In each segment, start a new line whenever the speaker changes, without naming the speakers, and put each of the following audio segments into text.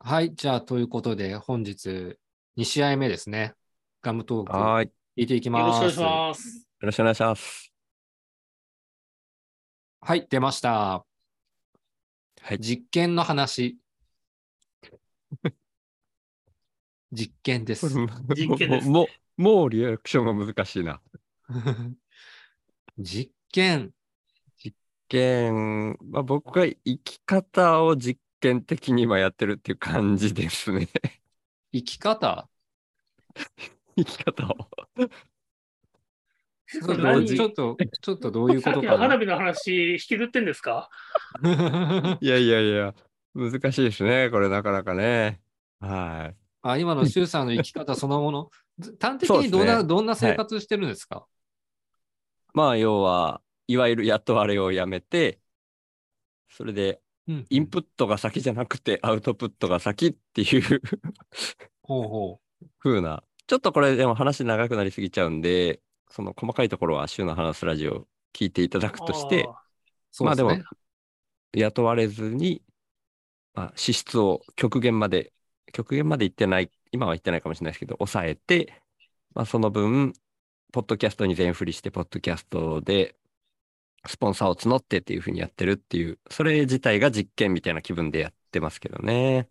はい、じゃあ、ということで、本日2試合目ですね。ガムトーク、
はー
聞
い。よ
いていき
よろ
ま
し
す。
くお願いします。
ろしくお願いします。
はい、出ました。
はい。
実験の話。 実験です。
実験ですね
もう、もうリアクションが難しいな。
実験。
実験、まあ、僕は生き方を実験的に今やってるっていう感じですね。
生き方
生き方を。
ちょ
そ
っ
れ
と
何
ちょっと、ちょっとどういうこ
さっ
と
きの
か
花
な。
火の話、引きずってんですか
いやいやいや、難しいですね。これなかなかね。はい。
あ今の周さんの生き方そのもの。ず端的
そうで
に
す
どんな、
ね
どんな生活してるんですか、
まあ、要は、いわゆる雇われをやめて、それで、
うん
インプットが先じゃなくて、アウトプットが先っていう
ほうほ
風な。ちょっとこれでも話長くなりすぎちゃうんで、その細かいところは週の話すラジオ聞いていただくとして
あ、あ
う。そうです
まあ
ね
でも。雇われずに、まあ、支出を極限まで、極限まで言ってない、今は言ってないかもしれないですけど、抑えて、まあ、その分、ポッドキャストに全振りして、ポッドキャストで、スポンサーを募ってっていう風にやってるっていう、それ自体が実験みたいな気分でやってますけどね。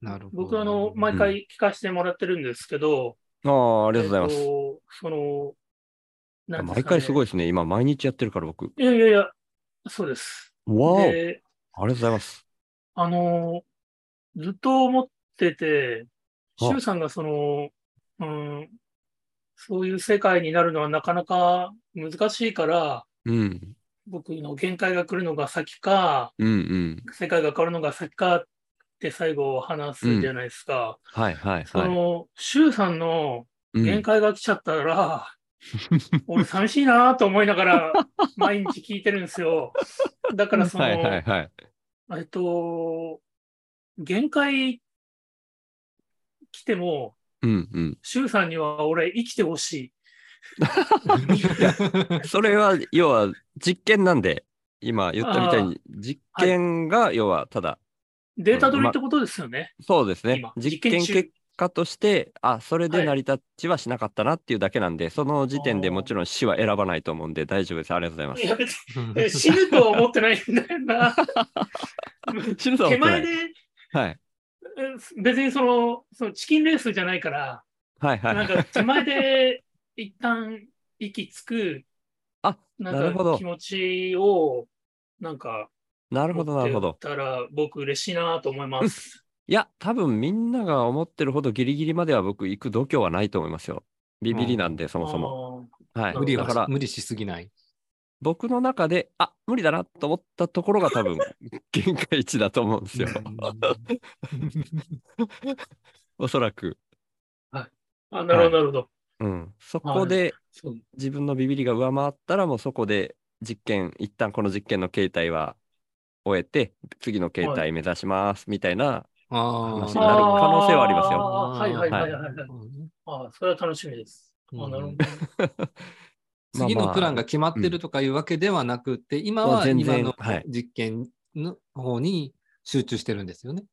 なるほど。
僕あの、毎回聞かせてもらってるんですけど、
ああ、あ
あ
りがとうございます。
その、なんですかね
毎回すごいですね。今、毎日やってるから僕。
いやいやいや、そうです。
わおあり
で、
がとうございます。
あの、ずっと思ってて、
あ
周さんがその、うん、そういう世界になるのはなかなか難しいから、
うん。
僕の限界が来るのが先か、
うんうん。
世界が変わるのが先かって最後話すじゃないですか。
はいはい
そ
はい。
の、周さんの
うん
限界が来ちゃった ら、俺寂しいなと思いながら毎日聞いてるんですよ。だからそ の、
はいはいはい。
えっと、限界来ても、
うんうん。
周さんには俺生きてほしい。
それは、要は、実験なんで、今言ったみたいに、実験が、要は、ただ、
データ取りってことですよね。
そうですね
今。
実験
実験中
結果として、あ、それ
は
で
い
成り立ちはしなかったなっていうだけなんで、その時点でもちろん死は選ばないと思うんで、大丈夫です。ありがとうござ
い
い
や別 に死ぬとは思ってないんだよな。
ます。死ぬとは
手
思ってな
前
い
で、
はい
え別にその、そのチキンレースじゃないから、
はいはい
なんか手前で一旦息つく、
あな
な
る
ん
ほ
か
ど
気持ちを、なんか、
なるほ
持って
ど、なるほど。
たら僕嬉しいなと思います。
いや、多分みんなが思ってるほどギリギリまでは僕行く度胸はないと思いますよ。ビビりなん で、そもそも。
も。
はい。
無理
だ
は
から
無理しすぎない。
僕の中で、あ、無理だなと思ったところが 多分限界値だと思うんですよ。おそらく。
あ、なるほど、なるほど。
うん。そこで
そう
自分のビビりが上回ったらもうそこで実験、一旦この実験の形態は終えて、次の形態目指しますみたいな
あ
話にな
あ
る可能性はありますよ
あーはいはいはいはい。はい、あそれは楽しみです。あ
うん
なるほど。
次のプランが決まってるとかいうわけではなくて、今
も
は
う全
今
然
の
はい
実験の方に集中してるんですよね。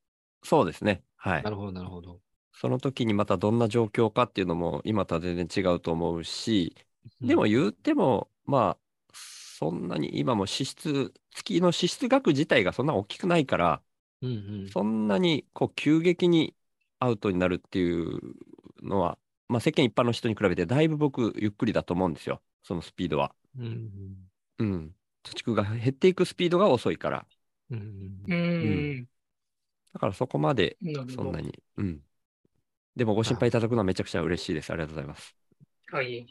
そうですね。はい
な。るほど、なるほど。
その時にまたどんな状況かっていうのも今とは全然違うと思うし、でも言うても、まあ、そんなに今も支出、月の支出額自体がそんな大きくないから、
うん、うん
そんなにこう急激にアウトになるっていうのは、まあ、世間一般の人に比べてだいぶ僕ゆっくりだと思うんですよ、そのスピードは。
うん、うん
うん。貯蓄が減っていくスピードが遅いから。
うんうん
うーん。
だからそこまで
なる
そ
ほ
ん
ど
な。に。うん。でもご心配いただくのはめちゃくちゃ嬉しいです。ありがとうございます。
はい。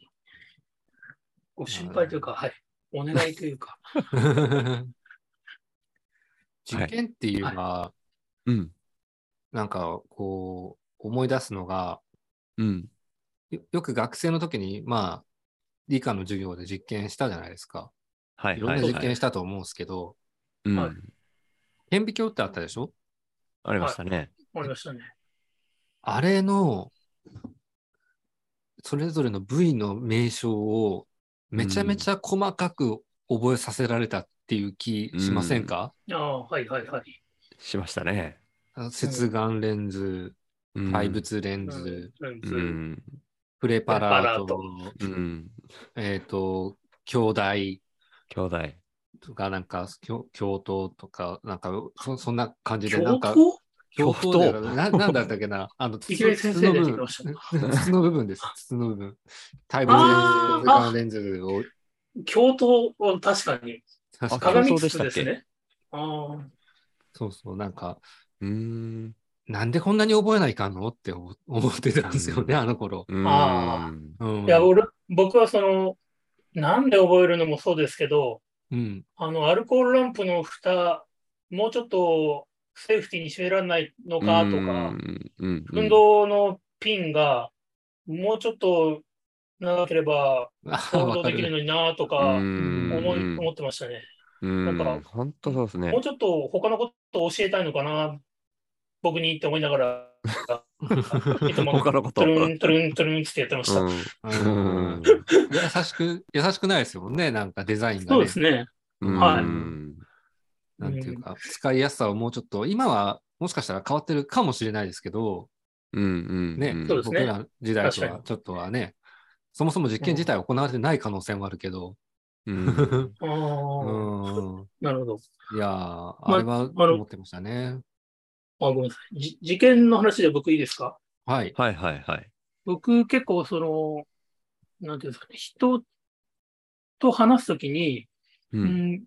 ご心配というか、はい。お願いとい うか。
実験っていうのは、
うん。
なんかこう思い出すのが
うん。
よよく学生の時にまあ理科の授業で実験したじゃないですか。
はいい
ろん
はい
な
はい。
実験したと思うんですけど、
うん
はい
顕微鏡ってあったでしょ
ありましたね。
わかりましたね。
あれのそれぞれの部位の名称をめちゃめちゃ細かく覚えさせられたっていう気しませんか、
ああ、はいはいはい。
しましたね。
あ接眼レンズ、
うん
怪物レン
う
ズ、
ん
う
うん
ん。
プレパラー
プレ
ト、
うん。
えっ、と、兄
兄弟。
弟とか、なんか、教教頭とか、なんか、そそんな感じで、な
教
んか、
頭
教頭だよ
教
なななんだったっけ な、あの、
いきなり先生出てきま
筒
し
の部分筒の部分です、筒の部分。タイムレン
あー
ズ、接眼レンズを。
教頭は確かに。
確かに
鏡
教頭でし
筒
たっ
で
け
すね。ああ。
そうそう、なんか、
うん。
なんでこんなに覚えないかんのって思 思ってたんですよね、あの頃。
あ
うん
うん。
いや、俺、僕はその、なんで覚えるのもそうですけど、
うん。
あの、アルコールランプの蓋、もうちょっとセーフティーに閉められないのかとか、、
うん。
運動のピンが、もうちょっと長ければ
ああ、
行動
わか
できる
る。
のになと
う
か、
ん
思い思ってましたね。
うん
なんか
本当そうですね
もう。ちょっと他のことを教えたいのかな、僕にって思いながら、いつも
他のこと。
トゥルントゥルントゥルンってやってました。
うん優しく、優しくないですもんね、なんかデザインが
そう
ね
で。すね。
うん
はい
うん
なんていうか、使いやすさをもうちょっと、今はもしかしたら変わってるかもしれないですけど、
うんうん。
ね、
そうです
僕
ね
ら時代と
確か
はちょっとはね、そもそも実験自体行われてない可能性もあるけど、
うん
あ
う
あ、
ん、
なるほど。
いやー、あれは思ってましたね。
あ、ごめんなさい。じ事件の話で僕いいですか
はい。
はいはいはい。
僕結構その、なんていうんですかね、人と話すときに、
う
うんん、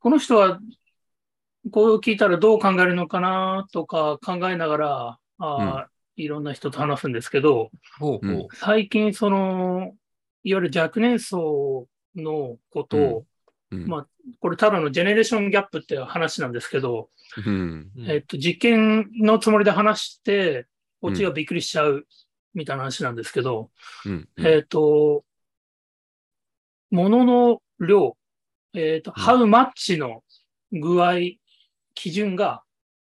この人はこう聞いたらどう考えるのかなとか考えながら、あーいろんな人と話すんですけど、
ほうほう。
最近その、いわゆる若年層のことを、
うん
まあこれただのジェネレーションギャップっていう話なんですけど、
うん
うん
えっと、実験のつもりで話して、こっちがびっくりしちゃうみたいな話なんですけど、
うん
えっと、ものの量、えっと、
うん
how much の具合、基準が、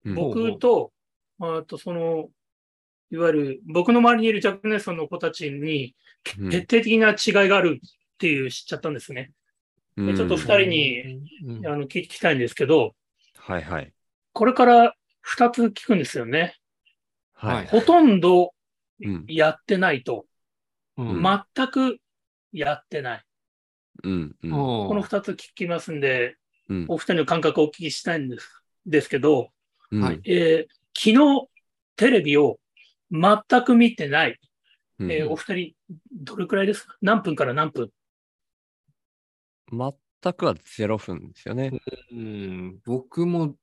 うん
僕と、あとその、いわゆる僕の周りにいる若年層の子たちに
うん
徹底的な違いがあるっていう知っちゃったんですね。
うん
ちょっと二人に
うん、
あの聞きたいんですけど、
はいはい。
これから二つ聞くんですよね。
は
はいい。
ほとんど
うん
やってないと、
うん
ま
全くやってない。
うんうん
お
この
ー
2つ聞きますんで、
うん
お二人の感覚をお聞きしたいんですですけど、
うん
はい
えー昨日テレビを全く見てない、
うん
えーお二人、どれくらいですか何分から何分
全くはゼロ分ですよね。
うん僕も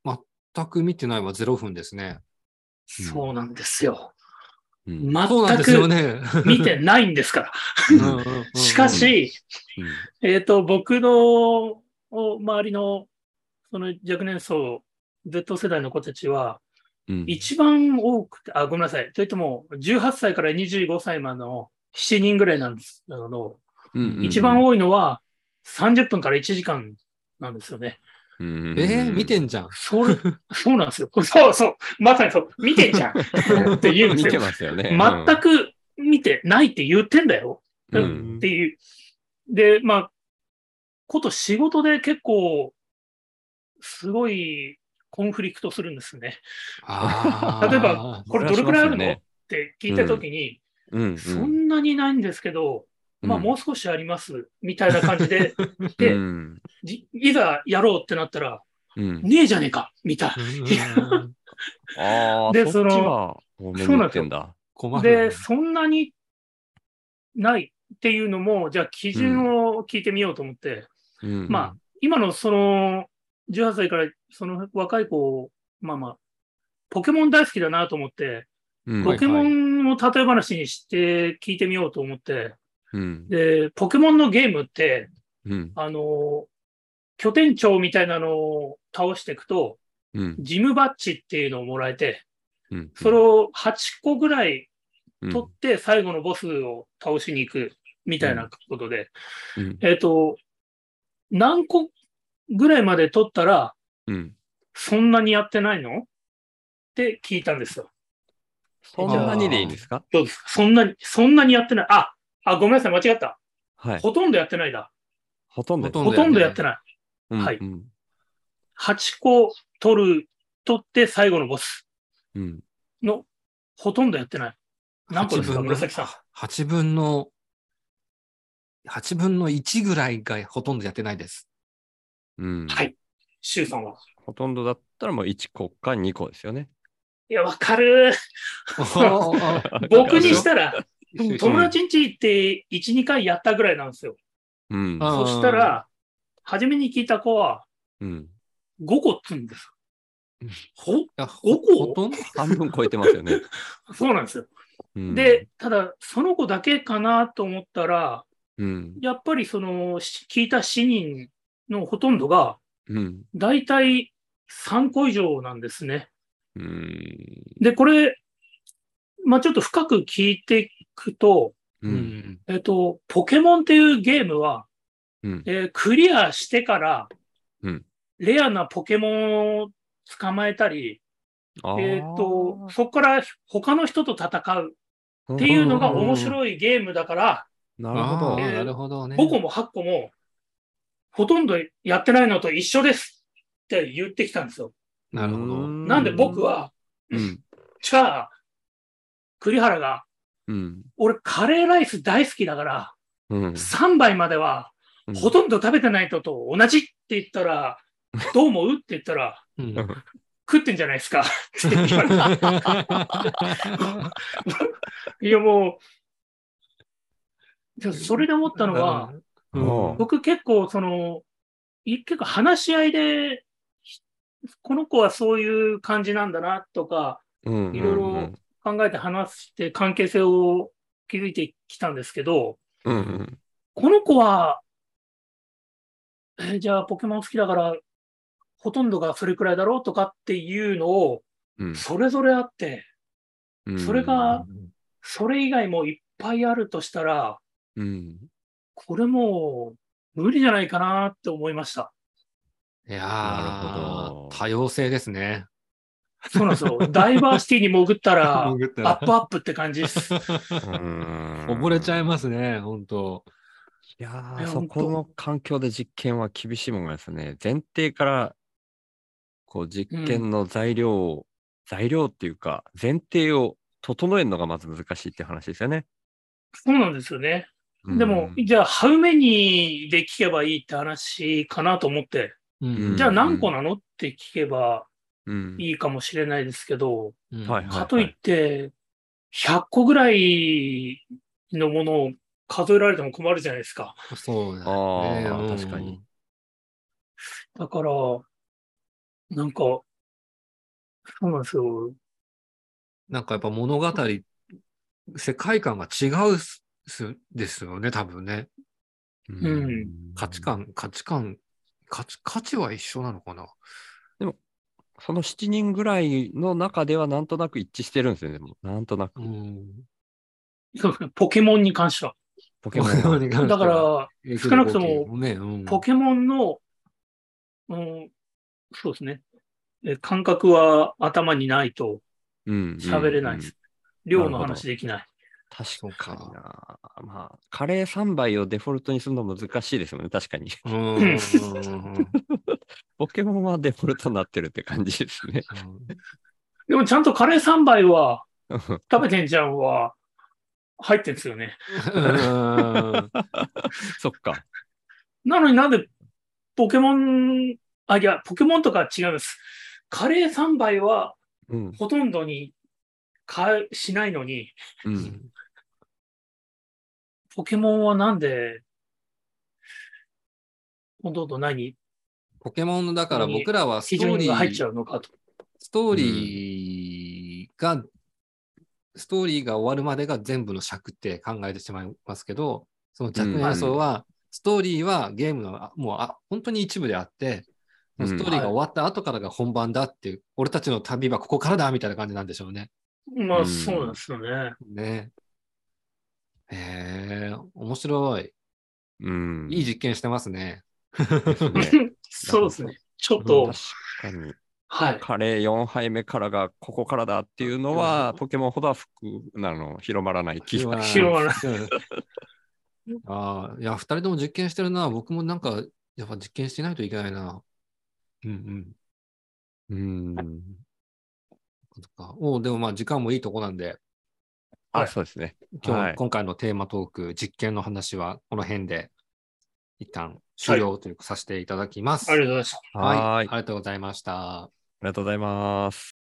全く見てないは0分ですね。
うん
そうなんですよ。
うん
全
そうなんですよ
く
ね。
見てないんですから。
うんうんうんうん
しかし、えっ、と、僕のお周りのその若年層、Z 世代の子たちは、
うん
一番多くて、あ、ごめんなさい。といっても、18歳から25歳までの7人ぐらいなんですけど、一番多いのは30分から1時間なんですよね。
えー、見て
ん
んじゃん。
それ、 そうなんですよ。そうそう。まさにそう。見てん じゃんって言うん
見
です
て
よ。
ますよね。
全く見てないって言ってんだよ。
う
うんん
っていう。で、まあ、こと仕事で結構、すごいコンフリクトするんですね。
あー
例えばこれどれくらいあるのって聞いたときに、
うんうん
そんなにないんですけど、まあもう少しあります、みたいな感じで、で
うん
じいざやろうってなったら、
うん
ねえじゃねえかみたい
うん
ああ、
で
そっち
そ
が多めに言ってんだ。
困
な。
るよ
で、
ね。
そんなにないっていうのも、じゃあ基準を聞いてみようと思って、
うん
まあ、今のその、18歳からその若い子、まあまあ、ポケモン大好きだなと思って、
うん
ポケモンを例え話にして聞いてみようと思って、
うん
で、ポケモンのゲームって、
うん
あの、拠点長みたいなのを倒していくと、
うん
ジムバッジっていうのをもらえて、
うん
それを8個ぐらい
うん
取って最後のボスを倒しに行くみたいなことで、
うん
えっ、と、何個ぐらいまで取ったら、
うん
そんなにやってないのって聞いたんですよ。
そんなにでいいんですか
どうですかそんなに、そんなにやってない。あ、あ、ごめんなさい、間違った。
はい。
ほとんどやってないだ。
ほとんど。
ほとん
ほとんどやって
な
ない。
うん
はい
うん
8個取る取って最後のボス
うん。
のほとんどやってない。何個で
8
すか、
分の
紫さん。
8分の、8分の1ぐらいがほとんどやってない です。
うん。
はい周さんは。
ほとんどだったらもう1個か2個ですよね。
いや、わかる。僕にしたら、友達ん家行って1、2回やったぐらいなんですよ。
うん。
あ
そしたら、初めに聞いた子は
うん。
5個っつうんです。ほ
いや
五
ほ
個
ほとんど
半分超えてますよね。
そうなんですよ。
うん、
で、ただ、その子だけかなと思ったら、
うん。
やっぱりその、し聞いた7人のほとんどが、
うん。
大体3個以上なんですね。
うん。
で、これ、まあちょっと深く聞いていくと、
う。
うんん。
えっと、ポケモンっていうゲームは、
うん。
えークリアしてから、
うん
レアなポケモンを捕まえたり、
あー
えー、とそこから他の人と戦うっていうのが面白いゲームだから、
なるほ
あ
ど
あ、。
えー
なるほどね。
5個も8個もほとんどやってないのと一緒ですって言ってきたんですよ。
なるほど。
なんで僕、は、
うん。
じゃあ、栗原が、
うん。
俺カレーライス大好きだから、
うん。
3杯までは
うん
ほとんど食べてないのと同じって言ったら、どう思うって言ったら、
うん
うん
食ってんじゃないですか って言われたいやもう、じゃあそれで思ったのは、
うん
僕結構その、い結構話し合いで、ひこの子はそういう感じなんだなとか、
うん
いろいろ考えて話して関係性を築いてきたんですけど、
うんうん
この子は、えーじゃあポケモン好きだから、ほとんどがそれくらいだろうとかっていうのを、
うん
それぞれあって、
うん
それが、それ以外もいっぱいあるとしたら、
うん
これもう無理じゃないかなって思いました。
いや
なるほど
ー、多様性ですね。
そうなんで すよ。ダイバーシティに潜ったら、ア
潜ったら
ップアップって感じです。
うん
溺れちゃいますね、本当
いや
い
ー
や
そこの環境で実験は厳しいものですね。前提から、こう、実験の材料を、材料っていうか、前提を整えるのがまず難しいって話ですよね。
そうなんですよね。でも、
うん
じゃあ、ハウメニーで聞けばいいって話かなと思って、
う
うん
ん。
じゃあ何個なのって聞けば
うん
いいかもしれないですけど、
うん
はいはい
かといって、100個ぐらいのものを数えられても困るじゃないですか。
そうだね。
ああ、
うん
確かに。。
だから、なんか、そうなんですよ。
なんかやっぱ物語、世界観が違うすすですよね、多分ね。
ん
価値。観、価値観、価値価値は一緒なのかな。
その7人ぐらいの中ではなんとなく一致してるんですよね。でもなんとなく
う。ん。
ポケモンに関しては。
ポケモ ンは。
だから、
ら
少なくとも
ね、うん、
ポケモンの、うん、そうですね。え感覚は頭にないと喋
喋
れないです。。量の話できない。
そう
確か
か
にな。まあ、カレー3杯をデフォルトにするの難しいですもんね。確かに。
うんうん
うん
うん
ポケモンはデフォルトになってるって感じですね。
でもちゃんとカレー3杯は
うん
食べてんじゃんは入ってんですよね。
うん
そっか。
なのになんでポケモン、あ、いや、ポケモンとかは違います。カレー3杯は
うん。
ほとんどにかしないのに、
うん。
ポケモンはなんで、ほとんど何
ポケモンのだから僕らは
基
ストー
準
リ
が入っち
ー
ゃ、うのかと。
ストーリーが、ストーリーが終わるまでが全部の尺って考えてしまいますけど、その若年予想は、ストーリーはゲームの、あもうあ本当に一部であって、
うん
ストーリーが終わった後からが本番だっていう、俺たちの旅はここからだみたいな感じなんでしょうね。
ま
う
あ
ん
そうなんですよね。
ね。へえ、面白い。
うん。
いい実験してますね。
ですね。
そうですね。ちょっ
確
と、
かに。
はい。
カレー4杯目からがここからだっていうのは、ポケモンほどは服なの広まらない気が。
広がら
ない。ああ、いや、二人とも実験してるな。僕もなんか、やっぱ実験してないといけないな。うんうん。
うん。
とかおうでもまあ時間もいいとこなんで、
あ、
はい
そうですね。
今日、
はい
今回のテーマトーク、実験の話はこの辺で一旦終了というかさせていただきます。
ありがとうございました。
はい、あ
はーい。
り
あ
がとうございました。
りがとうございます。